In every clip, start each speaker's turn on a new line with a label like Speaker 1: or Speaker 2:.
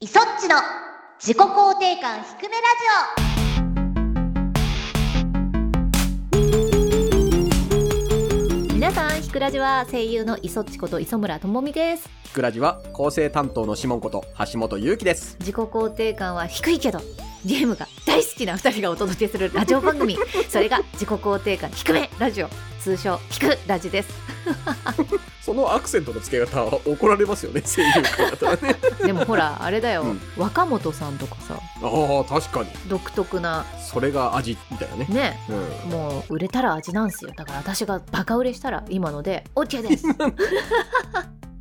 Speaker 1: イソッチの自己肯定感低めラジ
Speaker 2: 皆さんひくラジは声優の磯っちこと磯村智美です
Speaker 3: ひくらじは構成担当のシモンこと橋本優希です。
Speaker 2: 自己肯定感は低いけどゲームが大好きな2人がお届けするラジオ番組それが自己肯定感低めラジオ通称ひくラジです
Speaker 3: そのアクセントの付け方は怒られます よね、声優界だったらね。
Speaker 2: でもほらあれだよ、
Speaker 3: うん
Speaker 2: 若本さんとかさ
Speaker 3: ああ、確かに。
Speaker 2: 独特な
Speaker 3: それが味みたいなね。
Speaker 2: ね
Speaker 3: うん。
Speaker 2: もう売れたら味なんすよだから私がバカ売れしたら今ので OK です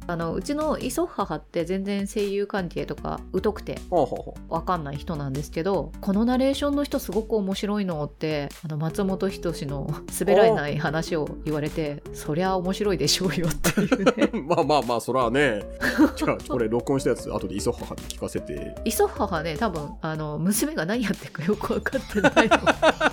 Speaker 2: あのうちの磯母って全然声優関係とか疎くて
Speaker 3: ほうほうほ
Speaker 2: わかんない人なんですけどこのナレーションの人すごく面白いのってあの松本人志の 「滑らない話」を言われてそりゃ面白いでしょうよっていう ね
Speaker 3: う。まあまあまあ、そら ね。じゃあ、これ録音したやつ、後で磯母に聞かせて。
Speaker 2: 磯母ね多分あの娘が何やってるかよく分かってないの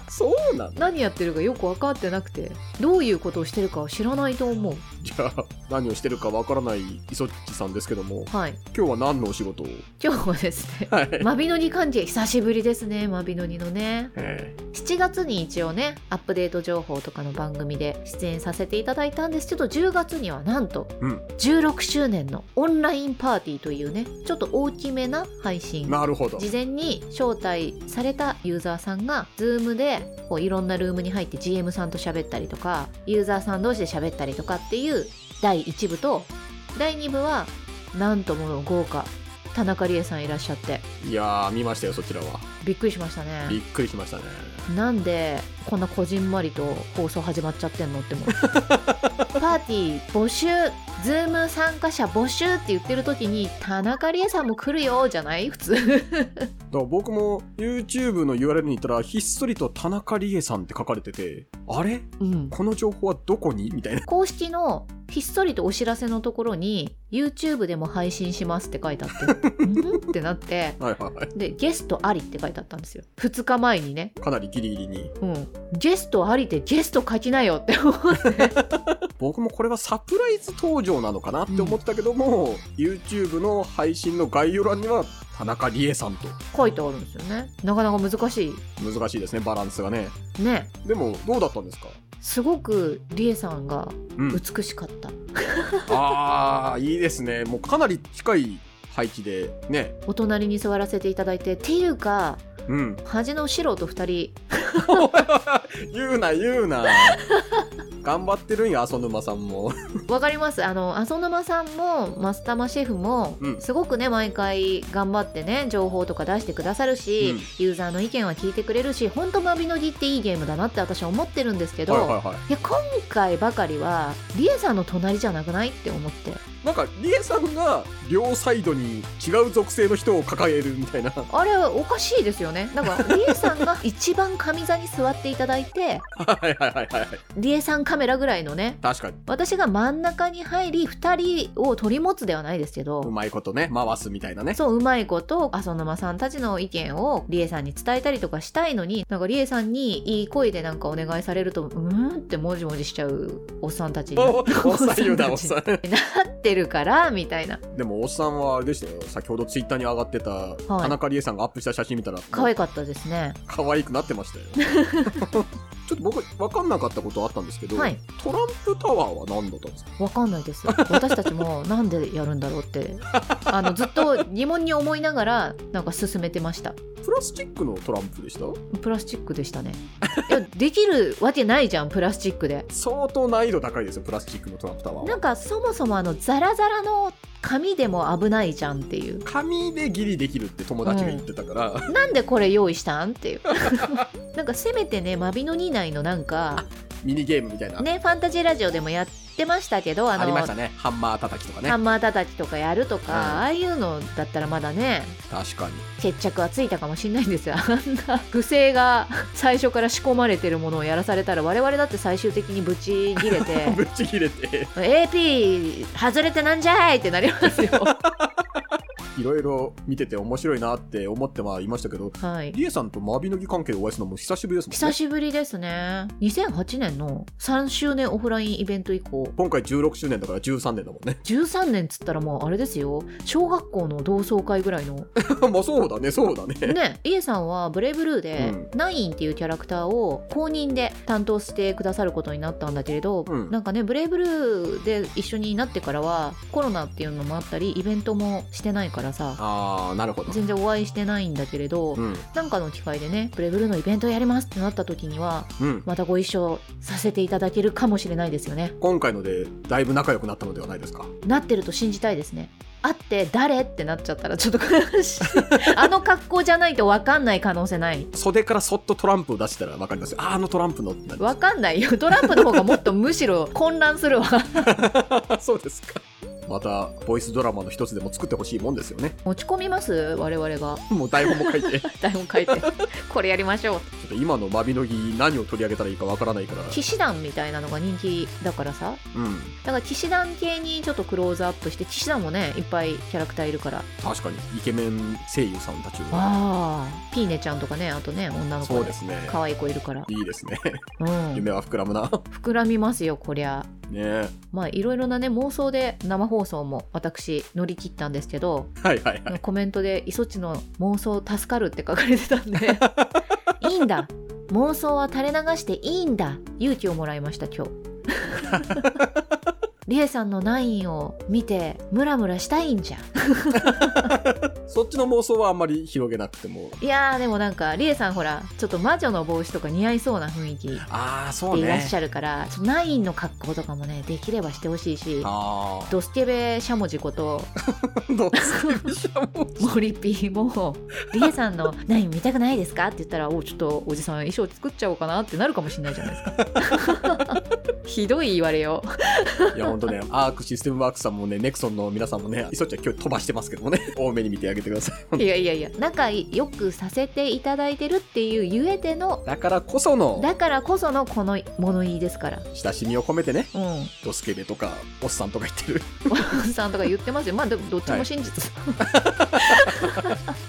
Speaker 3: そうなんだ。
Speaker 2: 何やってるかよく分かってなくてどういうことをしてるかは知らないと思う
Speaker 3: じゃあ、何をしてるかわからない磯っちさんですけども、
Speaker 2: はい
Speaker 3: 今日は何のお仕事を
Speaker 2: 今日はですね
Speaker 3: はい。
Speaker 2: マビノニ関係久しぶりですねマビノニのね
Speaker 3: え
Speaker 2: 7月に一応ねアップデート情報とかの番組で出演させていただいたんですけど10月にはなんと
Speaker 3: えうん。
Speaker 2: 16周年のオンラインパーティーというねちょっと大きめな配信
Speaker 3: なるほど。
Speaker 2: 事前に招待されたユーザーさんが Zoom でこういろんなルームに入って GM さんと喋ったりとかユーザーさん同士で喋ったりとかっていう第1部と第2部はなんとも豪華田中理恵さんいらっしゃって
Speaker 3: いやー、見ましたよ、そちらは。
Speaker 2: びっくりしました
Speaker 3: びっ
Speaker 2: ね
Speaker 3: くりしましたね。
Speaker 2: なんでこんなこじんまりと放送始まっちゃってんの ってもパーティー募集 Zoom 参加者募集って言ってる時に田中理恵さんも来るよじゃない普通
Speaker 3: だから僕も YouTube の URL に行ったらひっそりと田中理恵さんって書かれててあれ
Speaker 2: うん
Speaker 3: この情報はどこにみたいな
Speaker 2: 公式のひっそりとお知らせのところに YouTube でも配信しますって書いてあ ってんってなって
Speaker 3: はいはいはい
Speaker 2: でゲストありって書いてあったんですよ2日前にね
Speaker 3: かなりギリギリに
Speaker 2: うんゲストありでゲスト書きなよって思って
Speaker 3: 僕もこれはサプライズ登場なのかなって思ったけども、YouTube の配信の概要欄には田中理恵さんと
Speaker 2: 書いてあるんですよねなかなか難し
Speaker 3: 難しいですねバランスがね
Speaker 2: いね
Speaker 3: でもどうだったんですか
Speaker 2: すごくリエさんが
Speaker 3: うん
Speaker 2: 美しかった、
Speaker 3: ああいいですねもうかなり近い配置でね
Speaker 2: お隣に座らせていただいてっていうか
Speaker 3: うん
Speaker 2: 端の素人2人
Speaker 3: 言うな言うな頑張ってるんや浅沼さんも
Speaker 2: わかりますあの浅沼さんもマスタマシェフも、
Speaker 3: うん
Speaker 2: すごくね毎回頑張ってね情報とか出してくださるし、
Speaker 3: うん
Speaker 2: ユーザーの意見は聞いてくれるし本当マビノギっていいゲームだなって私は思ってるんですけど、
Speaker 3: はいいはいはい
Speaker 2: や今回ばかりはリエさんの隣じゃなくないって思って
Speaker 3: なんかリエさんが両サイドに違う属性の人を抱えるみたいなは
Speaker 2: あれおかしいですよねなんかリエさんが一番上座に座っていただいて
Speaker 3: いはいはいはい
Speaker 2: リエさんカメラぐらいのね
Speaker 3: 確かに
Speaker 2: 私が真ん中に入り2人を取り持つではないですけど、
Speaker 3: うまいことね回すみたいなね
Speaker 2: そううまいこと浅沼さんたちの意見をリエさんに伝えたりとかしたいのになんかリエさんにいい声でなんかお願いされるとうーんってもじもじしちゃうおっさんたちにな
Speaker 3: おおっさん言 うなおっさん
Speaker 2: ってるからみたいな
Speaker 3: でもおっさんはあれでしたよ先ほどツイッターに上がってた
Speaker 2: い
Speaker 3: 田中理恵さんがアップした写真見たら
Speaker 2: 可愛かったですね
Speaker 3: 可愛くなってましたよ ちょっと僕分かんなかったことあったんですけど、
Speaker 2: はい
Speaker 3: トランプタワーは何だったんですか
Speaker 2: わかんないです私たちもなんでやるんだろうってあのずっと疑問に思いながらなんか進めてました
Speaker 3: プラスチックのトランプでした
Speaker 2: プラスチックでしたねいやできるわけないじゃんプラスチックで
Speaker 3: 相当難易度高いですよプラスチックのトランプタワー
Speaker 2: な
Speaker 3: は
Speaker 2: んかそもそもあのザラザラの紙でも危ないじゃんっていう
Speaker 3: 紙でギリできるって友達が言ってたから、
Speaker 2: なんでこれ用意したんっていう なんかせめてねマビノニ内のなんか
Speaker 3: ミニゲームみたいな、
Speaker 2: ねファンタジーラジオでもやってましたけどあ
Speaker 3: あ
Speaker 2: の
Speaker 3: りましたねハンマー叩きとかね
Speaker 2: ハンマー叩きとかやるとか、
Speaker 3: うん
Speaker 2: ああいうのだったらまだね
Speaker 3: 確かに
Speaker 2: 決着はついたかもしれないんですよあんな不正が最初から仕込まれてるものをやらされたら我々だって最終的にブチ切れて
Speaker 3: ぶち切れて
Speaker 2: AP 外れてなんじゃいってなりますよ
Speaker 3: いろいろ見てて面白いなって思ってはいましたけど、
Speaker 2: はい。
Speaker 3: リエさんとマビノギ関係でお会いするのも久しぶりですもんね。
Speaker 2: 久しぶりですね。2008年の3周年オフラインイベント以降、
Speaker 3: 今回16周年だから13年だもんね。
Speaker 2: 13年っつったらもうあれですよ。小学校の同窓会ぐらい の。
Speaker 3: まあそうだね、そうだね。
Speaker 2: ね、リエさんはブレイブルーで、
Speaker 3: う
Speaker 2: ナインっていうキャラクターを公認で担当してくださることになったんだけれど、
Speaker 3: うん
Speaker 2: なんかね、ブレイブルーで一緒になってからは、コロナっていうのもあったり、イベントもしてないからさ、
Speaker 3: ああ、なるほど。
Speaker 2: 全然お会いしてないんだけれど、
Speaker 3: うん、
Speaker 2: なんかの機会でね、ブレイブルーのイベントやりますってなった時には、
Speaker 3: うん。
Speaker 2: またご一緒させていただけるかもしれないですよね。
Speaker 3: 今回のでだいぶ仲良くなったのではないですか。
Speaker 2: なってると信じたいですね。会って誰ってなっちゃったらちょっと 悲しい。あの格好じゃないと分かんない可能性ない。
Speaker 3: 袖からそっとトランプを出したらわかりますよ。あー、あのトランプのってなります
Speaker 2: 分かんないよ。トランプの方がもっとむしろ混乱するわ。
Speaker 3: そうですか。また、ボイスドラマの一つでも作ってほしいもんですよね。
Speaker 2: 持ち込みます我々が。
Speaker 3: もう台本も書いて。ちょ
Speaker 2: 台本書いて。これやりましょう。
Speaker 3: っと今のマビノギ何を取り上げたらいいかわからないから。
Speaker 2: 騎士団みたいなのが人気だからさ。
Speaker 3: うん。
Speaker 2: だから騎士団系にちょっとクローズアップして、騎士団もね、いっぱいキャラクターいるから。
Speaker 3: 確かに、イケメン声優さんたちは。
Speaker 2: ああ。ピーネちゃんとかね、あとね、女の子。
Speaker 3: そうですね。
Speaker 2: 可愛い子いるから。
Speaker 3: いいですね。
Speaker 2: うん。
Speaker 3: 夢は膨らむな。
Speaker 2: 膨らみますよ、こりゃ。
Speaker 3: ねえ。
Speaker 2: まあいろいろなね妄想で生放送も私乗り切ったんですけど、
Speaker 3: はいはいはい。
Speaker 2: コメントで「イソッチの妄想助かる」って書かれてたん でいいんだ妄想は垂れ流していいんだ勇気をもらいました 今日リエさんのナインを見てムラムラしたいんじゃ
Speaker 3: そっちの妄想はあんまり広げなくても。
Speaker 2: いやーでもなんかリエさんほらちょっと魔女の帽子とか似合いそうな雰囲気で
Speaker 3: ああ、そう
Speaker 2: いらっ
Speaker 3: ね
Speaker 2: し。ゃるから、ちょっとナインの格好とかもねできればしてほしいし
Speaker 3: ああ。
Speaker 2: ドスケベしゃもじこと
Speaker 3: どうせでしょう
Speaker 2: モリピーも「リエさんの何見たくないですか?」って言ったら「おちょっとおじさん衣装作っちゃおうかな」ってなるかもしれないじゃないで すかひどい言われよ
Speaker 3: いや、ほんとね、アークシステムワークさんもね、ネクソンの皆さんもね、いそっちゃん今日飛ばしてますけどもね、多めに見てあげてください。
Speaker 2: いやいやいや仲良くさせていただいてるっていうゆえでの
Speaker 3: だからこその、
Speaker 2: だからこそのこの物言いですから
Speaker 3: 親しみを込めてね、
Speaker 2: うん
Speaker 3: ドスケベとか、おっさんとか言ってる、
Speaker 2: おじさんとか言ってますよまあでもどっちも真実、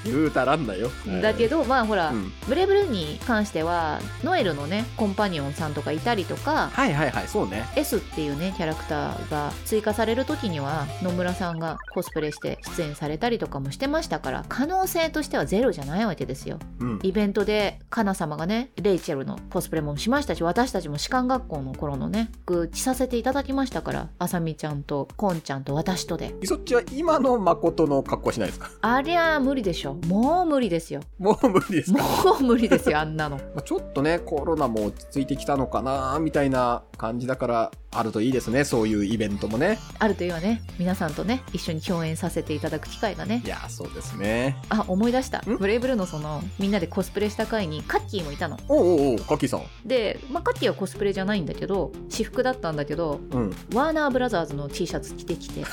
Speaker 3: 言うたらんだよ。
Speaker 2: だけ
Speaker 3: ど、
Speaker 2: どまあほら、
Speaker 3: うん。
Speaker 2: ブレイブルーに関してはノエルのねコンパニオンさんとかいたりとか
Speaker 3: はいはいはい、そうね。
Speaker 2: S っていうねキャラクターが追加される時には野村さんがコスプレして出演されたりとかもしてましたから可能性としてはゼロじゃないわけですよ
Speaker 3: うん。
Speaker 2: イベントでカナ様がねレイチェルのコスプレもしましたし私たちも士官学校の頃のね僕着させていただきましたからあさみちゃんとこんちゃんと私とで
Speaker 3: いそっちは今の誠の格好はしないですか
Speaker 2: ありゃ無理でしょもう無理ですよ
Speaker 3: もう無理ですか、
Speaker 2: もう無理ですよあんなの
Speaker 3: まあちょっとね、コロナも落ち着いてきたのかな、みたいな感じだから、あるといいですね、そういうイベントもね。
Speaker 2: あるというはね皆さんとね一緒に共演させていただく機会がね
Speaker 3: いや、そうですね。
Speaker 2: あ思い出した
Speaker 3: ん
Speaker 2: ブレイブルーのそのみんなでコスプレした回にカッキーもいたの
Speaker 3: おうおうおう、カキさん。
Speaker 2: で、まあ、カッキーはコスプレじゃないんだけど私服だったんだけど
Speaker 3: うん。
Speaker 2: ワーナーブラザーズの T シャツ着てき て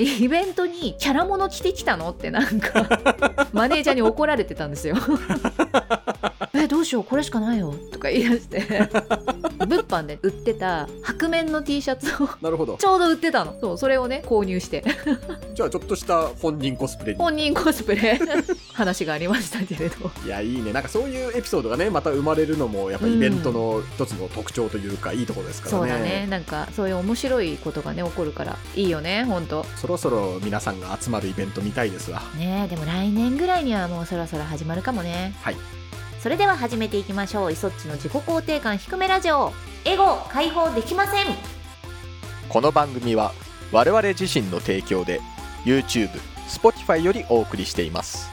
Speaker 2: イベントにキャラもの着てきたのってなんか マネージャーに怒られてたんですよえどうしようこれしかないよとか言い出して 物販で売ってた白面の T シャツを
Speaker 3: なるほど。
Speaker 2: ちょうど売ってたのそうそれをね購入して
Speaker 3: じゃあちょっとした本人コスプレに。
Speaker 2: 本人コスプレ 話がありましたけれど
Speaker 3: いや、いいね。なんかそういうエピソードがね、また生まれるのも、やっぱイベントの一つの特徴というか、いいところですからね。
Speaker 2: そうだねなんかそういう面白いことがね起こるからいいよねほんと
Speaker 3: そろそろ皆さんが集まるイベント見たいですわ。
Speaker 2: ねえでも来年ぐらいにはもうそろそろ始まるかもね
Speaker 3: はい。
Speaker 1: それでは始めていきましょうイソッチの自己肯定感低めラジオエゴ解放できません
Speaker 4: この番組は我々自身の提供で YouTube、Spotify よりお送りしています。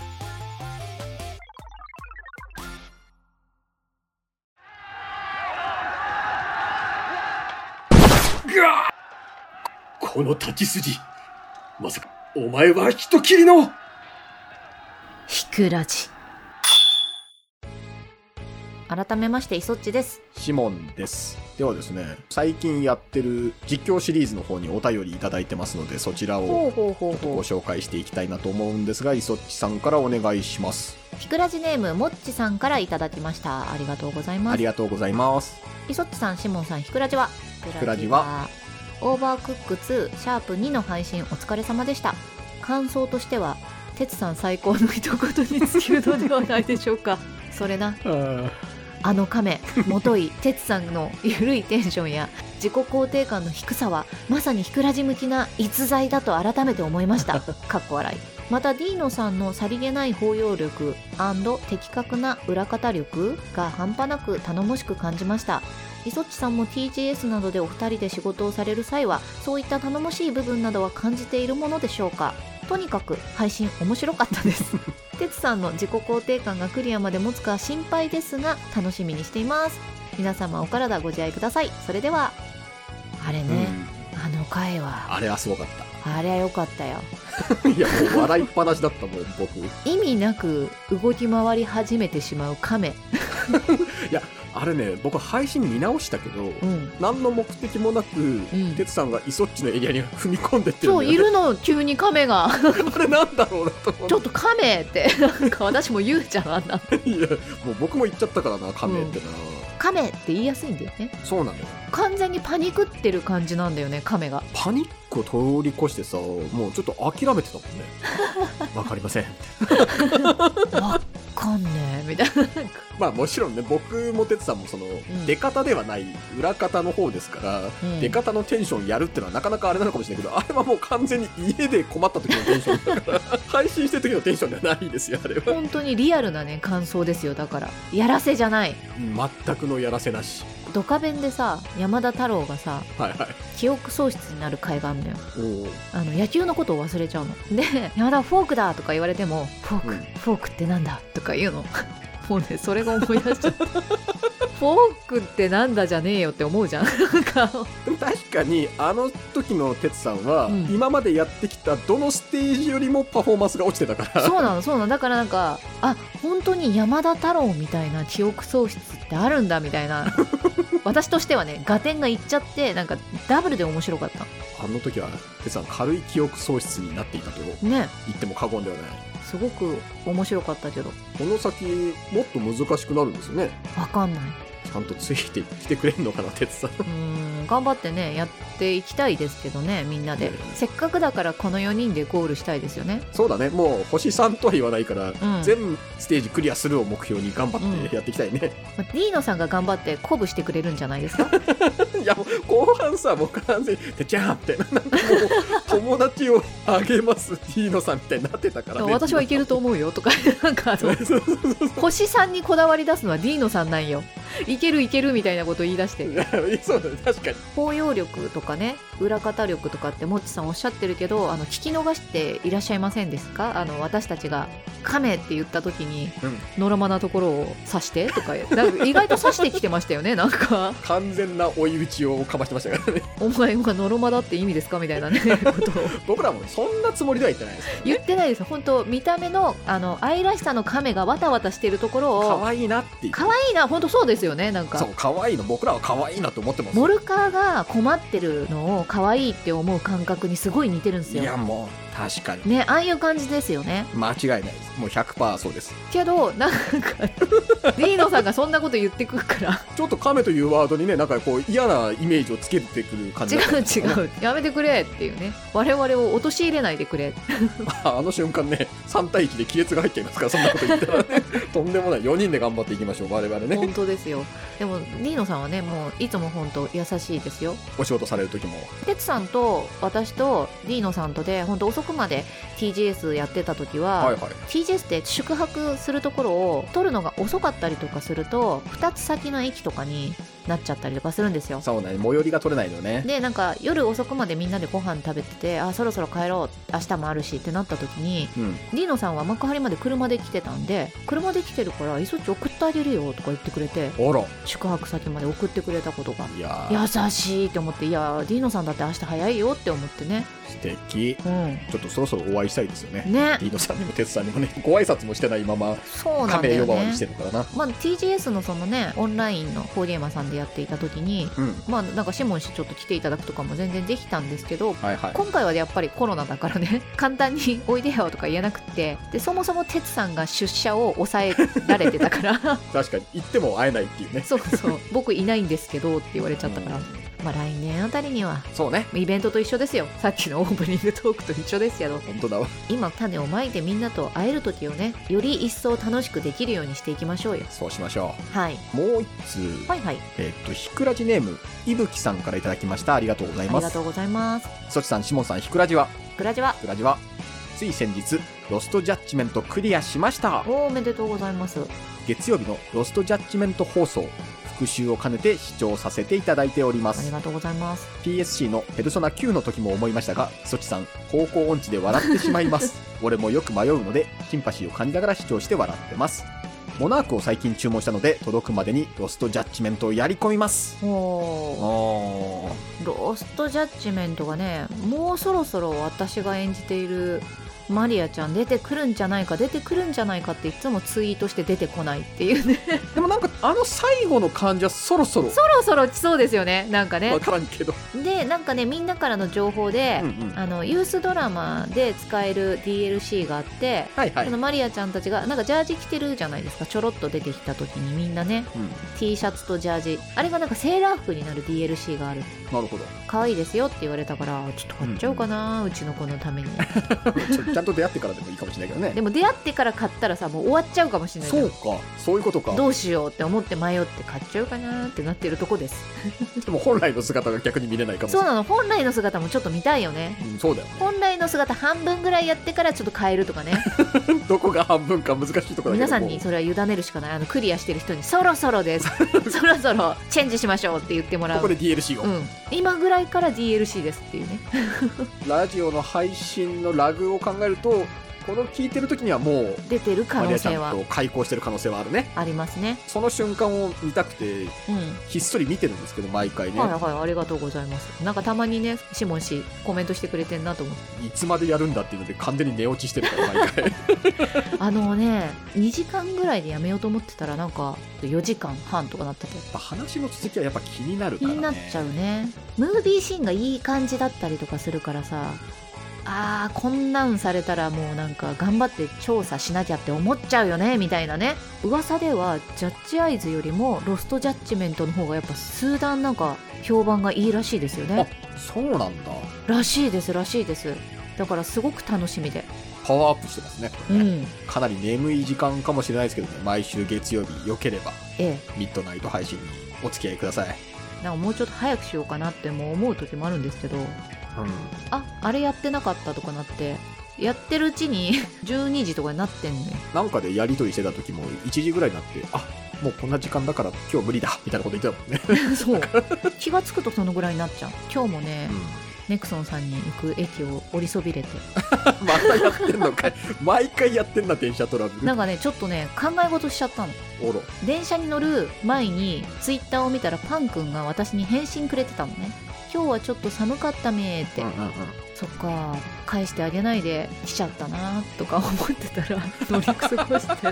Speaker 3: この立ち筋。まさか、お前は人斬りの
Speaker 2: ひくらじ改めましてイソッチです
Speaker 3: シモンです。ではですね、最近やってる実況シリーズの方にお便りいただいてますので、そちらを
Speaker 2: うほうほう
Speaker 3: ご紹介していきたいなと思うんですが、いそっちさんからお願いします。
Speaker 2: ひくらじネームもっちさんからいただきましたありがとうござい
Speaker 3: あ
Speaker 2: ます
Speaker 3: りがとうございます。
Speaker 2: イソッチさんシモンさんひくらじはひ
Speaker 3: くらじは
Speaker 2: オーバークック2シャープ2の配信お疲れ様でした感想としては哲さん最高の一言に尽きるのではないでしょう かそれなあの亀もとい哲さんの緩いテンションや自己肯定感の低さはまさにひくらじ向きな逸材だと改めて思いましたかっこ笑いまたディーノさんのさりげない包容力的確な裏方力が半端なく頼もしく感じました磯っちさんも TGS などでお二人で仕事をされる際はそういった頼もしい部分などは感じているものでしょうかとにかく配信面白かったです てつさんの自己肯定感がクリアまで持つか心配ですが楽しみにしています皆様お体ご自愛くださいそれではあれ
Speaker 3: う
Speaker 2: ね、
Speaker 3: ん
Speaker 2: あの回は
Speaker 3: あれはすごかっ
Speaker 2: あれは良かったよ
Speaker 3: た。いや、もう笑いっぱなしだったもん、僕。い
Speaker 2: 意味なく動き回り始めてしまう亀
Speaker 3: や、あれね、僕配信見直したけど、
Speaker 2: うん
Speaker 3: 何の目的もなく、
Speaker 2: うん
Speaker 3: てつさんがイソッチのエリアに踏み込んでってるん
Speaker 2: そう
Speaker 3: だよ、
Speaker 2: い
Speaker 3: ね。
Speaker 2: るの急に亀が
Speaker 3: あれなんだろうなと思っ
Speaker 2: ちょっと亀って なんか私も言うじゃんあんな
Speaker 3: て。いや、もう僕も言っちゃったからな、亀ってな。
Speaker 2: 亀って言いやすいんだよね
Speaker 3: そうなのよ。
Speaker 2: 完全にパニクってる感じなんだよね亀が
Speaker 3: パニックを通り越してさ、もうちょっと諦めてたもん ね。わかりません。
Speaker 2: わっかんねえみたいな
Speaker 3: まあもちろんね、僕もてつさんもその、
Speaker 2: ん
Speaker 3: 出方ではない裏方の方ですから、
Speaker 2: うん
Speaker 3: 出方のテンションやるってのはなかなかあれなのかもしれないけど、あれはもう完全に家で困った時のテンションだから、 配信してる時のテンションではないですよ、あれは。
Speaker 2: 本当にリアルなね感想ですよだからやらせじゃない
Speaker 3: 全くのやらせなし。
Speaker 2: ドカベンでさ山田太郎がさ
Speaker 3: はいはい。
Speaker 2: 記憶喪失になる回があるのよ
Speaker 3: おー
Speaker 2: あの野球のことを忘れちゃうので山田フォークだとか言われてもフォーク、
Speaker 3: うん
Speaker 2: フォークってなんだとか言うの もうねそれが思い出しちゃった フォークってなんだじゃねえよって思うじゃんなんか
Speaker 3: でも確かに、あの時のてつさんは、
Speaker 2: うん
Speaker 3: 今までやってきたどのステージよりもパフォーマンスが落ちてたから。
Speaker 2: そうなのそうなのだからなんかあ本当に山田太郎みたいな記憶喪失ってあるんだみたい な私としてはね合点がいっちゃってなんかダブルで面白かった
Speaker 3: あの時は、てつさん軽い記憶喪失になっていたと
Speaker 2: ね
Speaker 3: 言っても過言ではない。
Speaker 2: すごく面白かったけど
Speaker 3: この先、もっと難しくなるんですよね。
Speaker 2: わかん ない
Speaker 3: ちゃんとついてきてくれんのかな、てつさん。
Speaker 2: うーん頑張ってねやっていきたいですけどねみんなで
Speaker 3: ね
Speaker 2: せっかくだからこの4人でゴールしたいですよね
Speaker 3: そうだね、もう星3とは言わないから、
Speaker 2: うん
Speaker 3: 全ステージクリアするを目標に頑張ってやっていきたいね。
Speaker 2: まあディーノさんが頑張って鼓舞してくれるんじゃないですか
Speaker 3: いや、もう後半さ、もう完全に、てっちゃんって、なんかもう、友達をあげます、ティーノさんみたいになってたからね。
Speaker 2: 私はいけると思うよ とかなんかあの
Speaker 3: そうそう
Speaker 2: 星さんにこだわり出すのはディーノさんなんよいけるいけるみたいなこと言い出して
Speaker 3: いやそうだね、確かに。
Speaker 2: 包容力とかね裏方力とかってもっちさんおっしゃってるけどあの聞き逃していらっしゃいませんですかあの私たちが「亀」って言った時に
Speaker 3: うん
Speaker 2: のろまなところを刺して とかなんか意外と刺してきてましたよねなんか
Speaker 3: 完全な追い打ちをかましてましたからね。
Speaker 2: 「お前がのろまだって意味ですか?」みたいなねことを
Speaker 3: 僕らもそんなつもりでは言ってないですからね。
Speaker 2: 言ってないです本当見た目のあの愛らしさの亀がわたわたしてるところ
Speaker 3: 可
Speaker 2: を
Speaker 3: 愛いなっていう。
Speaker 2: 可愛いな本当そうですよねなんか
Speaker 3: そう、可愛いの、僕らは可愛いなと思ってます。
Speaker 2: モルカーが困ってるのを可愛いって思う感覚にすごい似てるんです
Speaker 3: いや、
Speaker 2: よ。
Speaker 3: もう、確かに。
Speaker 2: ね、ああいう感じですよね。
Speaker 3: 間違いないです。もう100%そうです。
Speaker 2: けど、なん か、ディーノさんがそんなこと言ってくるから、
Speaker 3: ちょっと亀というワードにね、なんかこう嫌なイメージをつけてくる感
Speaker 2: 違
Speaker 3: じだった
Speaker 2: う違う、やめてくれっていうね、我々を陥れないでくれ。
Speaker 3: ああの瞬間ね、3対1で亀裂が入っちゃいますから、そんなこと言った らね、とんでもない。4人で頑張っていきましょう、我々ね。
Speaker 2: 本当ですよ。でも、ディーノさんはね、もう、いつも本当優しいですよ。
Speaker 3: お仕事される時も。
Speaker 2: てつさんと、私と、ディーノさんとで、本当遅くまで TGS やってた時は、
Speaker 3: はいはい。
Speaker 2: TGS って宿泊するところを取るのが遅かったりとかすると2つ先の駅とかになっちゃったりとかするんですよ
Speaker 3: そうね、最寄りが取れないのね。
Speaker 2: でなんか夜遅くまでみんなでご飯食べててあそろそろ帰ろう明日もあるしってなった時に
Speaker 3: うん。
Speaker 2: リーノさんは幕張まで車で来てたんで車で来てるからいそっち送ってあげるよとか言ってくれて
Speaker 3: あら。
Speaker 2: 宿泊先まで送ってくれたことが
Speaker 3: いやー、
Speaker 2: 優しいと思っていやディーノさんだって明日早いよって思ってね
Speaker 3: 素敵。
Speaker 2: うん
Speaker 3: ちょっとそろそろお会いしたいですよね。
Speaker 2: ね
Speaker 3: リーノさんにもテツさんにもね、ご挨拶もしてないまま、
Speaker 2: そうなんだ
Speaker 3: 亀
Speaker 2: よ
Speaker 3: 呼ばわり
Speaker 2: ね
Speaker 3: してるからな。
Speaker 2: まあ、TGS のそのねオンラインのフォーゲーマーさんでやっていた時に
Speaker 3: うん。
Speaker 2: まあなんかシモン氏ちょっと来ていただくとかも全然できたんですけど
Speaker 3: はいはい。
Speaker 2: 今回はやっぱりコロナだからね 簡単に「おいでよ」とか言えなくってでそもそも哲さんが出社を抑えられてたから
Speaker 3: 確かに、行っても会えないっていうね。
Speaker 2: そうそう僕いないんですけどって言われちゃったから
Speaker 3: うん
Speaker 2: まあ、来年あたりには
Speaker 5: そうね。
Speaker 2: イベントと一緒ですよさっきのオープニングトークと一緒ですけど
Speaker 3: 本当だわ
Speaker 2: 今種をまいてみんなと会える時をねより一層楽しくできるようにしていきましょうよ
Speaker 3: そうしましょ
Speaker 2: はい、
Speaker 3: うもう一通
Speaker 2: はいはい
Speaker 3: えっとひくらじネームいぶきさんからいただきましたありがとうござい
Speaker 2: あり
Speaker 3: ま
Speaker 2: が
Speaker 3: す
Speaker 2: とうございます
Speaker 3: そちさんしもんさんひくらじは
Speaker 2: グラジは
Speaker 3: ひくらじはつい先日ロストジャッジメントクリアしました
Speaker 2: おめでとうございます
Speaker 3: 月曜日のロストジャッジメント放送復習を兼ねて視聴させていただいておりま
Speaker 2: あり
Speaker 3: す
Speaker 2: がとうございます
Speaker 3: PSC のペルソナ9の時も思いましたがそちさん方向音痴で笑ってしまい ます俺もよく迷うのでシンパシーを感じながら視聴して笑ってますモナークを最近注文したので届くまでにロストジャッジメントをやり込みます
Speaker 2: おー
Speaker 3: おー
Speaker 2: ロストジャッジメントがねもうそろそろ私が演じているマリアちゃん出てくるんじゃないか出てくるんじゃないかっていつもツイートして出てこないっていうね
Speaker 5: でもなんか、あの最後の感じはそろそろ
Speaker 2: そろそろ来そうですよねなんかね
Speaker 5: わからんけど。
Speaker 2: でなんかねみんなからの情報で、
Speaker 5: うんうん
Speaker 2: あのユースドラマで使える DLC があって、
Speaker 3: はいは
Speaker 2: そ
Speaker 3: い
Speaker 2: のマリアちゃんたちがなんかジャージ着てるじゃないですかちょろっと出てきた時にみんなね、
Speaker 3: うん
Speaker 2: T シャツとジャージあれがなんかセーラー服になる DLC がある
Speaker 3: なるほど
Speaker 2: 可愛いですよって言われたからちょっと買っちゃおうかな、うちの子のために
Speaker 3: ちょちゃんと出会ってからでもいいかもしれないけどね
Speaker 2: でも出会ってから買ったらさもう終わっちゃうかもしれないじゃん
Speaker 3: そうかそういうことか
Speaker 2: どうしようって思って迷って買っちゃうかなってなってるとこです
Speaker 3: でも本来の姿が逆に見れないかもし
Speaker 2: そ
Speaker 3: れ
Speaker 2: う
Speaker 3: ない
Speaker 2: なの本来の姿もちょっと見たいよね
Speaker 3: うんそうだよ
Speaker 2: 本来の姿半分ぐらいやってからちょっと変えるとかね
Speaker 3: どこが半分か難しいところだけど
Speaker 2: 皆さんにそれは委ねるしかないあのクリアしてる人にそろそろですそろそろチェンジしましょうって言ってもら
Speaker 3: こ
Speaker 2: う
Speaker 3: こで DLC を、
Speaker 2: うん、今ぐらいから DLC ですっていうね
Speaker 5: ラジオの配信のラグを考えると、この聞いてる時にはもう、
Speaker 2: 出てる可
Speaker 3: マリ
Speaker 2: 能
Speaker 3: アち
Speaker 2: 性
Speaker 3: ゃ
Speaker 2: は
Speaker 3: んと開講してる可能性はあるね
Speaker 2: ありますね
Speaker 5: その瞬間を見たくて、
Speaker 2: うん
Speaker 3: ひっそり見てるんですけど毎回ね、
Speaker 2: はいはいありがとうございますなんかたまにねシモン氏コメントしてくれてんなと思って
Speaker 3: い、つまでやるんだっていうので完全に寝落ちしてるから毎回
Speaker 2: あのね2時間ぐらいでやめようと思ってたらなんか4時間半とかなってて
Speaker 3: 話の続きはやっぱ気になる
Speaker 2: 気
Speaker 3: から、ね、
Speaker 2: になっちゃうねムービーシーンがいい感じだったりとかするからさあーこんなんされたらもうなんか頑張って調査しなきゃって思っちゃうよねみたいなね噂ではジャッジアイズよりもロストジャッジメントの方がやっぱ数段なんか評判がいいらしいですよね
Speaker 3: そうなんだ
Speaker 2: らしいですらしいですだからすごく楽しみで
Speaker 3: パワーアップしてますねこ
Speaker 2: う
Speaker 3: れね
Speaker 2: ん
Speaker 3: かなり眠い時間かもしれないですけどね毎週月曜日よければ
Speaker 2: ええ
Speaker 3: ミッドナイト配信にお付き合いください、
Speaker 2: なんかもうちょっと早くしようかなってもう思う時もあるんですけどああれやってなかったとかなってやってるうちに 12時とかになってんのよ
Speaker 3: なんかでやり取りしてた時も1時ぐらいになってあもうこんな時間だから今日無理だみたいなこと言ってたもん ね、
Speaker 2: そう気がつくとそのぐらいになっちゃう今日もね、ネクソンさんに行く駅を折りそびれて
Speaker 3: またやってんのかい毎回やってんな電車トラブル
Speaker 2: な
Speaker 3: あ
Speaker 2: んかねちょっとね考え事しちゃったの
Speaker 3: ら
Speaker 2: 電車に乗る前にツイッターを見たらパン君が私に返信くれてたのね今日はちょっと寒かっためーって、
Speaker 3: うんうんうん
Speaker 2: そっか返してあげないで来ちゃったなとか思ってたら乗り過ご してんの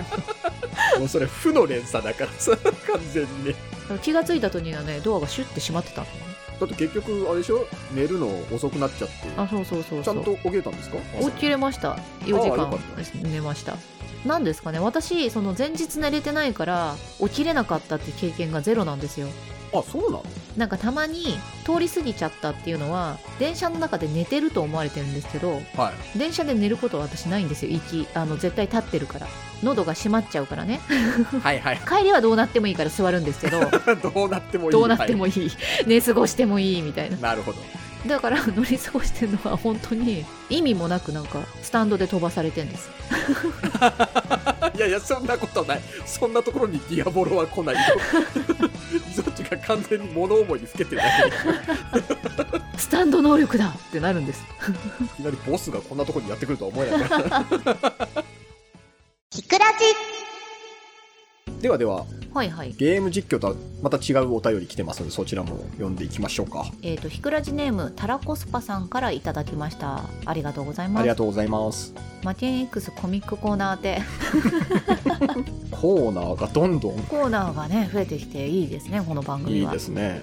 Speaker 3: もうそれ負の連鎖だからさ完全にね
Speaker 2: 気がついた時にはねドアがシュッて閉まってたのね
Speaker 3: だって結局あれでしょ寝るの遅くなっちゃって
Speaker 2: あそうそうそう
Speaker 3: ち
Speaker 2: そ
Speaker 3: ゃ
Speaker 2: うん
Speaker 3: と起きれたんですか
Speaker 2: 起きれました4時
Speaker 3: あよ
Speaker 2: 間
Speaker 3: かった
Speaker 2: 寝ましたなんですかね私その前日寝れてないから起きれなかったって経験がゼロなんですよ
Speaker 3: あそうなの
Speaker 2: なんかたまに通り過ぎちゃったっていうのは電車の中で寝てると思われてるんですけど
Speaker 3: は い
Speaker 2: 電車で寝ることは私ないんですよ息あの絶対立ってるから喉が閉まっちゃうからね
Speaker 3: はいはい
Speaker 2: 帰りはどうなってもいいから座るんですけど
Speaker 3: どうなってもいい
Speaker 2: どうなってもいい寝過ごしてもいいみたいな
Speaker 3: はいなるほど
Speaker 2: だから 乗り過ごしてるのは本当に意味もなくなんかスタンドで飛ばされてんです
Speaker 3: いやいやそんなことないそんなところにディアボロは来ないよ イゾッチが完全に物思い にふけてるだけで
Speaker 2: スタンド能力だってなるんです
Speaker 3: いきなりボスがこんなところにやってくるとは思えない から
Speaker 1: ひくら
Speaker 3: ではでは
Speaker 2: はいはい
Speaker 3: ゲーム実況とはまた違うお便り来てますのでそちらも読んでいきましょうか
Speaker 2: えっ、とひくらじネームたらこスパさんからいただきましたありがとうござい
Speaker 3: あ
Speaker 2: ま
Speaker 3: り
Speaker 2: す
Speaker 3: がとうございます
Speaker 2: マテン X コミックコーナーで
Speaker 3: コーナーがどんどん
Speaker 2: コーナーがね増えてきていいですねこの番
Speaker 3: い
Speaker 2: 組
Speaker 3: い
Speaker 2: は
Speaker 3: ですね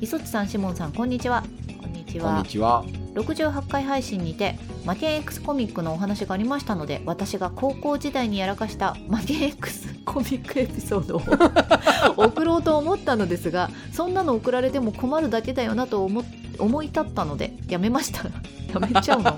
Speaker 2: 磯っちさんしもんさんこんにちはこんにち
Speaker 3: こん
Speaker 2: は
Speaker 3: にちは
Speaker 2: 68回配信にてマテン X コミックのお話がありましたので私が高校時代にやらかしたマテン X コミックエピソード を送ろうと思ったのですがそんなの送られても困るだけだよなと思っ思い立ったのでやめましたやめちゃう の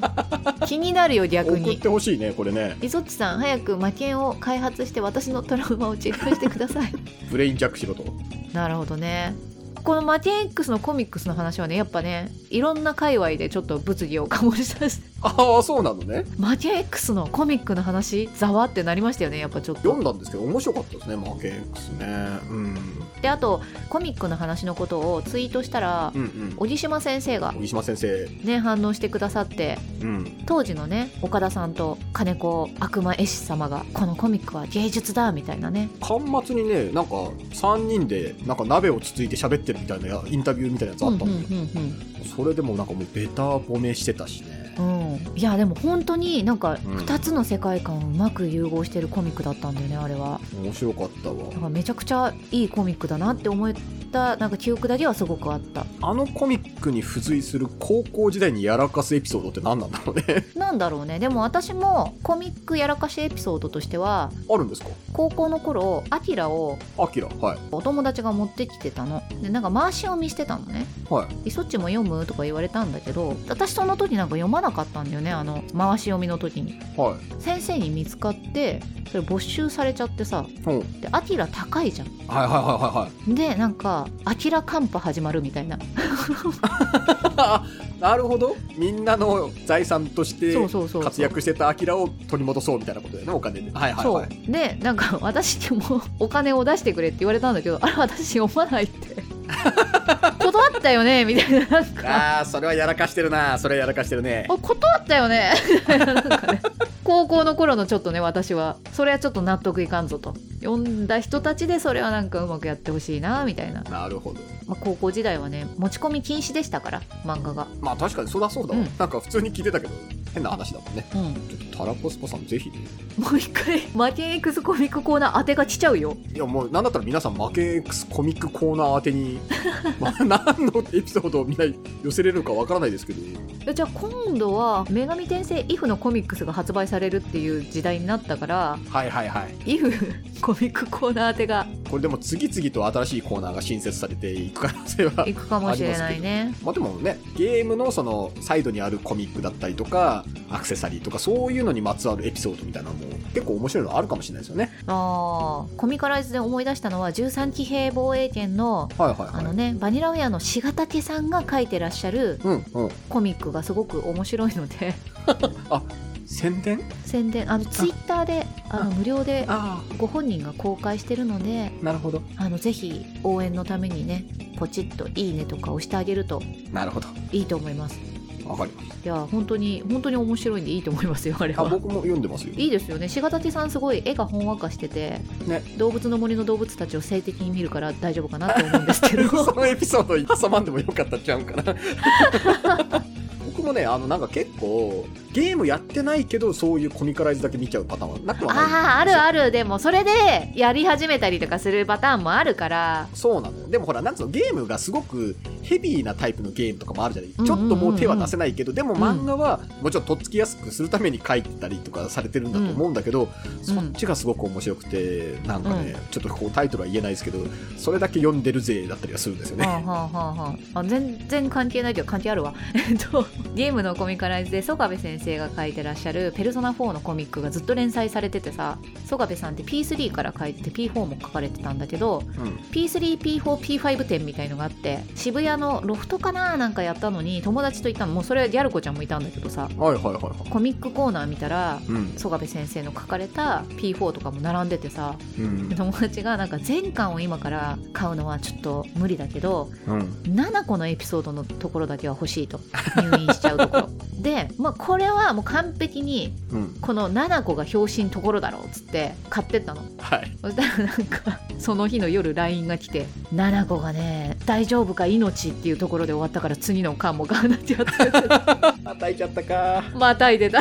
Speaker 2: 気になるよ逆
Speaker 3: 送っ
Speaker 2: に
Speaker 3: てほしいね、これね。
Speaker 2: リゾッチさん早く魔剣を開発して私のトラウマをチェックしてください
Speaker 3: ブレインジャックしろと。
Speaker 2: なるほどねこのマテン X のコミックスの話はねやっぱねいろんな界隈でちょっと物議を醸し出して
Speaker 3: ああ、そうなのね。
Speaker 2: マテン X のコミックの話ざわってなりましたよねやっぱちょっと
Speaker 3: 読んだんですけど、面白かったですね、マーケックスね。うん。
Speaker 2: であとコミックの話のことをツイートしたら
Speaker 3: うんうん。
Speaker 2: 小木島先生が
Speaker 3: 小木島先生。
Speaker 2: ね反応してくださって
Speaker 3: うん。
Speaker 2: 当時のね岡田さんと金子悪魔絵師様がこのコミックは芸術だみたいなね
Speaker 3: 巻末にね、なんか、3人で、なんか鍋をつついて喋ってるみたいなやインタビューみたいなやつあったんだよ。
Speaker 2: う
Speaker 3: それでもなんかもうベタ褒めしてたしね。
Speaker 2: んうんうんうんいやでも本当になんか
Speaker 3: うん
Speaker 2: 2つの世界観をうまく融合してるコミックだったんだよねあれは
Speaker 3: 面白かったわ
Speaker 2: だ。からめちゃくちゃいいコミックだなって思ったなんか記憶だけはすごくあった
Speaker 3: あのコミックに付随する高校時代にやらかすエピソードって何なんだろうね。
Speaker 2: なんだろうねでも私もコミックやらかしエピソードとしては
Speaker 3: あるんですか
Speaker 2: 高校の頃アキラを
Speaker 3: アキラ。はい。
Speaker 2: お友達が持ってきてたのでなんか回し読みしてたのね
Speaker 3: はい。
Speaker 2: 「いそっちも読む?」とか言われたんだけど私その時なんか読まなかったんだよねあの回し読みの時に
Speaker 3: は
Speaker 2: 先生に見つかってそれ没収されちゃってさ
Speaker 3: い。うん。はい
Speaker 2: でアキラ高いじゃん
Speaker 3: はいはいはいはい。
Speaker 2: でなんか「アキラカンパ始まる」みたいな
Speaker 3: あ なるほどみんなの財産として
Speaker 2: そうそうそう
Speaker 3: 活躍してたアキラを取り戻そうみたいなことだよねお金ではいはい
Speaker 2: そ
Speaker 3: はいう
Speaker 2: でなんか 私にもお金を出してくれって言われたんだけどあれ私読まないって 断ったよねみたいななんか
Speaker 3: ああそれはやらかしてるなそれはやらかしてるね
Speaker 2: あ断ったよね なんかね高校の頃のちょっとね私はそれはちょっと納得いかんぞと読んだ人たちでそれはなんかうまくやってほしいなみたいな、
Speaker 3: なるほど
Speaker 2: まあ、高校時代はね持ち込み禁止でしたから漫画が
Speaker 3: まあ確かにそうだそうだわ、
Speaker 2: うん
Speaker 3: なんか普通に聞いてたけど変な話だもんね
Speaker 2: うん
Speaker 3: ちょっとタラコスパさんぜひね
Speaker 2: もう一回マケン X コミックコーナー当てが来ちゃうよ
Speaker 3: いやもうなんだったら皆さん負け X コミックコーナー宛てに、 まあ、何のエピソードをみんな寄せれるかわからないですけど
Speaker 2: えじゃあ今度は「女神転生イフ」のコミックスが発売されるっていう時代になったから
Speaker 3: はいはいはい
Speaker 2: イフ コミックコーナー宛てが
Speaker 3: これでも次々と新しいコーナーが新設されていく可能性はい
Speaker 2: くかもしれないね
Speaker 3: まあでもね、ゲームのそのサイドにあるコミックだったりとか、アクセサリーとか、そういうのにまつわるエピソードみたいなのも結構面白いのあるかもしれないですよね。
Speaker 2: あーコミカライズで思い出したのは13騎兵防衛圏の
Speaker 3: はいはい
Speaker 2: あ
Speaker 3: は
Speaker 2: の
Speaker 3: い。
Speaker 2: ねバニラウェアのしがたけさんが書いてらっしゃる
Speaker 3: うんうん。
Speaker 2: コミックがすごく面白いので
Speaker 3: 宣伝
Speaker 2: 宣伝あのツイッターであの無料で
Speaker 3: あ
Speaker 2: ご本人が公開してるので
Speaker 3: あ、なるほど。
Speaker 2: あのぜひ応援のためにねポチッと「いいね」とか押してあげると
Speaker 3: なるほど。
Speaker 2: いいと思います
Speaker 3: わかりまし
Speaker 2: いや本当に本当に面白いんでいいと思いますよあれ
Speaker 3: た。あ、
Speaker 2: は。
Speaker 3: 僕も読んでますよ。
Speaker 2: いいですよね志賀舘さんすごい絵がほんわかしてて、
Speaker 3: ね
Speaker 2: 動物の森の動物たちを性的に見るから大丈夫かなと思うんですけど
Speaker 3: そのエピソード挟まんでもよかったんちゃうん かな。僕もね、あの、なんか結構、ゲームやってないけど、そういうコミカライズだけ見ちゃうパターンはなくはない。
Speaker 2: あああるあるでもそれでやり始めたりとかするパターンもあるから
Speaker 3: そうなのよでもほらなんつうのゲームがすごくヘビーなタイプのゲームとかもあるじゃない、
Speaker 2: んうんうんうん
Speaker 3: ちょっともう手は出せないけどでも漫画はもうちょっととっつきやすくするために書いてたりとかされてるんだと思うんだけど、そっちがすごく面白くてなんかね、ちょっとこうタイトルは言えないですけどそれだけ読んでるぜだったりはするんですよ
Speaker 2: はあ
Speaker 3: ね。
Speaker 2: はあはあはああ全然関係ないけど関係あるわ えっとゲームのコミカライズで曽我部先生が書いてらっしゃる「ペルソナ4」のコミックがずっと連載されててさ曽我部さんって P3 から書いてて P4 も書かれてたんだけど
Speaker 3: うん
Speaker 2: P3P4P5 店みたいのがあって渋谷のロフトかななんかやったのに友達と行ったのもうそれギャル子ちゃんもいたんだけどさ
Speaker 3: はいはいはいはい。
Speaker 2: コミックコーナー見たら
Speaker 3: うん
Speaker 2: 曽我部先生の書かれた P4 とかも並んでてさ
Speaker 3: うん
Speaker 2: 友達がなんか全巻を今から買うのはちょっと無理だけど
Speaker 3: うん
Speaker 2: 7個のエピソードのところだけは欲しいと入院しちゃうところで、まあ、これはもう完璧に
Speaker 3: うん
Speaker 2: この7個が表紙のところだろうっつって買ってったの
Speaker 3: はい
Speaker 2: そしたらなんかその日の夜 LINE が来て「7個がね大丈夫か命」っていうところで終わったから次の巻もガーナってやっ て
Speaker 3: 与えちゃったか
Speaker 2: またいでた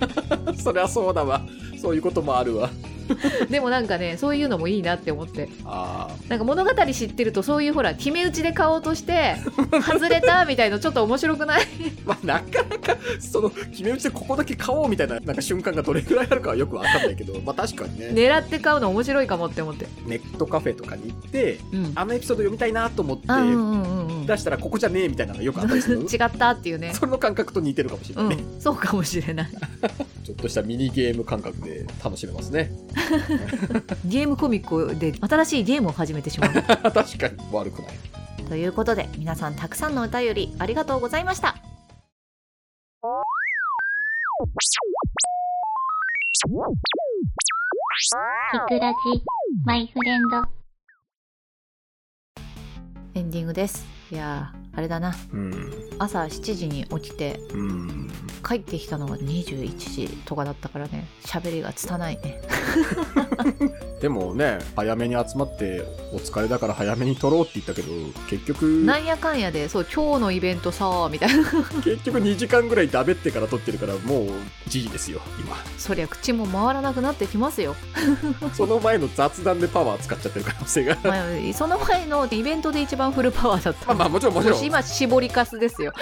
Speaker 3: そりゃそうだわそういうこともあるわ
Speaker 2: でもなんかねそういうのもいいなって思って
Speaker 3: あ
Speaker 2: なんか物語知ってるとそういうほら決め打ちで買おうと して外れたみたいのちょっと面白くない
Speaker 3: ーまあなかなかその決め打ちでここだけ買おうみたいななんか瞬間がどれくらいあるかはよくわかんないけどまあ確かにね
Speaker 2: 狙って買うの面白いかもって思って
Speaker 3: ネットカフェとかに行って
Speaker 2: うん
Speaker 3: あのエピソード読みたいなと思って
Speaker 2: あうんうんうんうん違
Speaker 3: 出したらここじゃねえみたいなのがよくあったりす る
Speaker 2: ったっていうね
Speaker 3: その感覚と似てるかもしれ
Speaker 2: う
Speaker 3: ないね、
Speaker 2: んそうかもし れない
Speaker 3: ちょっとしたミニゲーム感覚で楽しめますね
Speaker 2: ゲームコミックで新しいゲームを始めてしまう
Speaker 3: 確かに悪くない
Speaker 2: ということで皆さんたくさんのお便りありがとうございました
Speaker 1: くらじマイフレンド
Speaker 2: エンディングですいやーあれだな
Speaker 3: うん
Speaker 2: 朝7時に起きて
Speaker 3: うん
Speaker 2: 帰ってきたのが21時とかだったからね喋りが拙いね
Speaker 3: でもね早めに集まってお疲れだから早めに撮ろうって言ったけど結局
Speaker 2: なんやかんやでそう今日のイベントさーみたいな
Speaker 3: 結局2時間ぐらいだべってから撮ってるからもう時事ですよ
Speaker 2: そりゃ口も回らなくなってきますよ、
Speaker 3: 今その前の雑談でパワー使っちゃってる可能性が
Speaker 2: まあ、その前のイベントで一番フルパワーだっ
Speaker 3: ま
Speaker 2: た
Speaker 3: あまあもちろんもちろん
Speaker 2: 今絞りかすですよ、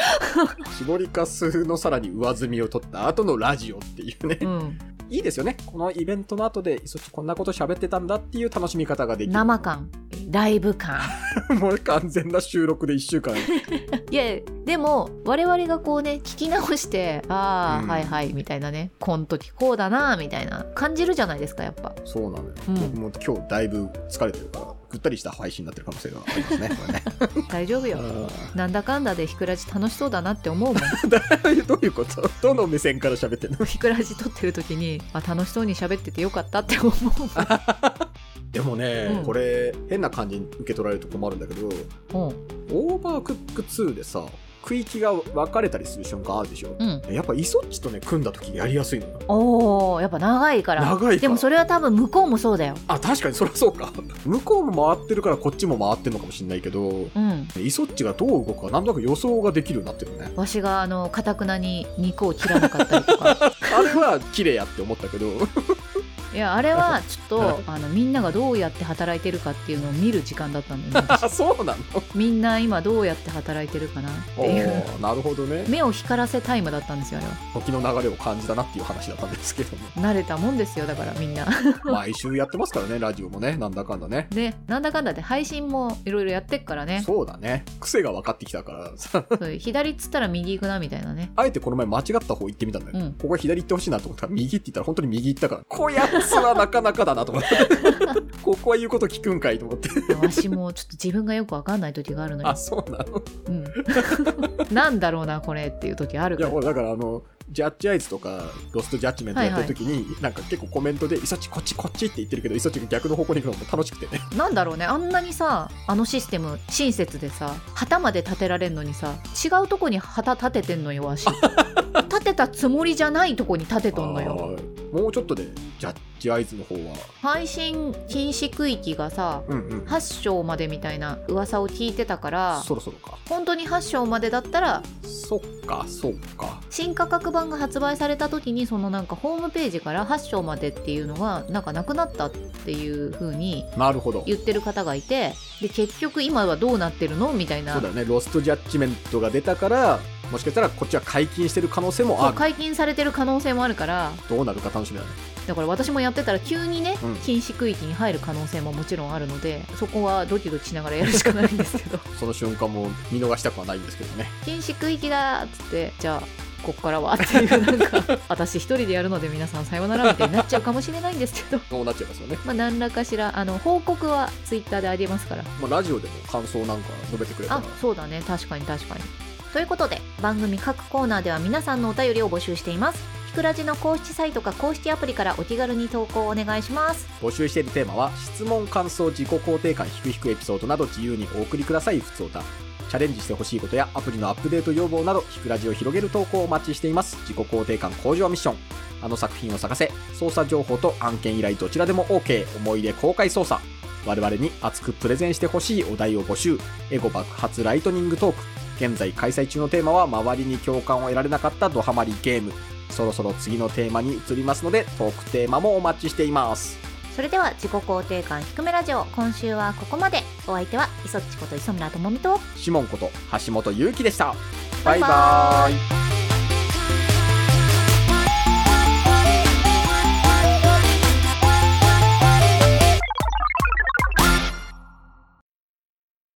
Speaker 3: 絞りかすのさらに上積みを取った後のラジオっていうね
Speaker 2: うん、
Speaker 3: いいですよねこのイベントの後でそっちこんなこと喋ってたんだっていう楽しみ方ができる
Speaker 2: 生感ライブ 感
Speaker 3: もう完全な収録で1 週間
Speaker 2: いやでも我々がこうね聞き直してああ、
Speaker 3: うん
Speaker 2: はいはいみたいなねこん時こうだなみたいな感じるじゃないですかやっぱ
Speaker 3: そうなのよ、
Speaker 2: うん
Speaker 3: 僕も今日だいぶ疲れてるからぐったりした配信になってる可能性がありますねこれね
Speaker 2: 大丈夫 よなんだかんだでひくらじ楽しそうだなって思うも ん
Speaker 3: うん どういうことどの目線から喋ってんの
Speaker 2: ひくらじ撮ってる時にあ楽しそうに喋っててよかったって思う
Speaker 3: でもね、
Speaker 2: うん
Speaker 3: これ変な感じに受け取られると困るんだけど
Speaker 2: もんうん
Speaker 3: オーバークック2でさ区域が分かれたりする瞬間あるでしょ、
Speaker 2: うん
Speaker 3: やっぱイソッチとね組んだ時やりやすいのよ
Speaker 2: おーやっぱ長いから
Speaker 3: 長いから
Speaker 2: でもそれは多分向こうもそうだよ
Speaker 3: あ確かにそりゃそうか向こうも回ってるからこっちも回ってるのかもしれないけど
Speaker 2: うん
Speaker 3: イソッチがどう動くかなんとなく予想ができるようになってるね
Speaker 2: わしがあのかたくなに肉を切らなかったりとか
Speaker 3: あれは綺麗やって思ったけど
Speaker 2: いやあれはちょっとあのみんながどうやって働いてるかっていうのを見る時間だったんだ よね
Speaker 3: あそうなの
Speaker 2: みんな今どうやって働いてるかなって
Speaker 3: お
Speaker 2: いう
Speaker 3: ーなるほどね
Speaker 2: 目を光らせタイムだったんですよあれは
Speaker 3: 時の流れを感じたなっていう話だったんですけど も
Speaker 2: 慣れたもんですよだからみんな
Speaker 3: 毎週やってますからねラジオもねなんだかんだね
Speaker 2: でなんだかんだで配信もいろいろやってっからね
Speaker 3: そうだね癖が分かってきたからさ
Speaker 2: そう左っつったら右行くなみたいなね
Speaker 3: あえてこの前間違った方行ってみたんだよ、
Speaker 2: うん
Speaker 3: ここは左行ってほしいなと思ったら右って言ったら本当に右行ったからこやつはなかなかだなと思って ここは言うこと聞くんかいと思って
Speaker 2: わしもちょっと自分がよくわかんない時があるの
Speaker 3: あ
Speaker 2: よ、
Speaker 3: そうなの
Speaker 2: うん、なん だろうなこれっていう時ある
Speaker 3: い
Speaker 2: か
Speaker 3: や
Speaker 2: ら
Speaker 3: ほらだからあのジャッジアイズとかロストジャッジメントやってる時に、なんか結構コメントで「イソチこっちこっち」って言ってるけどイソチが逆の方向に行くのも楽しく てね
Speaker 2: なんだろうねあんなにさあのシステム親切でさ旗まで立てられんのにさ違うとこに旗立ててんのよわ し立てたつもりじゃないとこに立てとんのよ
Speaker 3: あーもうちょっとでジャッジアイズの方は
Speaker 2: 配信禁止区域がさ
Speaker 3: うんうん
Speaker 2: 8章までみたいな噂を聞いてたから
Speaker 3: そろそろか
Speaker 2: 本当に8章までだったら
Speaker 3: そっかそっか
Speaker 2: 新価格版が発売された時にそのなんかホームページから8章までっていうのがなんかなくなったっていう風に
Speaker 3: なるほど
Speaker 2: 言ってる方がいてで結局今はどうなってるのみたい
Speaker 3: そ
Speaker 2: な
Speaker 3: うだよねロストジャッジメントが出たからもしかしたらこっちは解禁してる可能性も
Speaker 2: そ
Speaker 3: あ
Speaker 2: う
Speaker 3: る
Speaker 2: 解禁されてる可能性もあるから
Speaker 3: どうなるか楽しみだね
Speaker 2: だから私もやってたら急にね、
Speaker 3: うん
Speaker 2: 禁止区域に入る可能性ももちろんあるのでそこはドキドキしながらやるしかないんですけ ど
Speaker 3: その瞬間も見逃したくはないんですけどね
Speaker 2: 禁止区域だーっつってじゃあここからはっていうなんか私一人でやるので皆さんさようならみたいになっちゃうかもしれないんですけど。
Speaker 3: そうなっちゃいますよね、
Speaker 2: まあ、何らかしらあの報告はツイッターであげますから
Speaker 3: まあ、ラジオでも感想なんか述べてくれた
Speaker 2: あ
Speaker 3: ら
Speaker 2: そうだね確かに確かに
Speaker 1: ということで番組各コーナーでは皆さんのお便りを募集していますひくらじの公式サイトか公式アプリからお気軽に投稿お願いします
Speaker 3: 募集しているテーマは質問感想自己肯定感ひくひくエピソードなど自由にお送りくださいふつおたチャレンジしてほしいことやアプリのアップデート要望などひくラジを広げる投稿をお待ちしています自己肯定感向上ミッションあの作品を探せ捜査情報と案件依頼どちらでも OK 思い出公開捜査我々に熱くプレゼンしてほしいお題を募集エゴ爆発ライトニングトーク現在開催中のテーマは周りに共感を得られなかったドハマりゲームそろそろ次のテーマに移りますのでトークテーマもお待ちしています
Speaker 2: それでは自己肯定感低めラジオ今週はここまでお相手は磯っちこと磯村智美と
Speaker 3: シモンこと橋本祐希でした。
Speaker 2: バ
Speaker 3: バ
Speaker 2: イバーイ
Speaker 3: イバーイ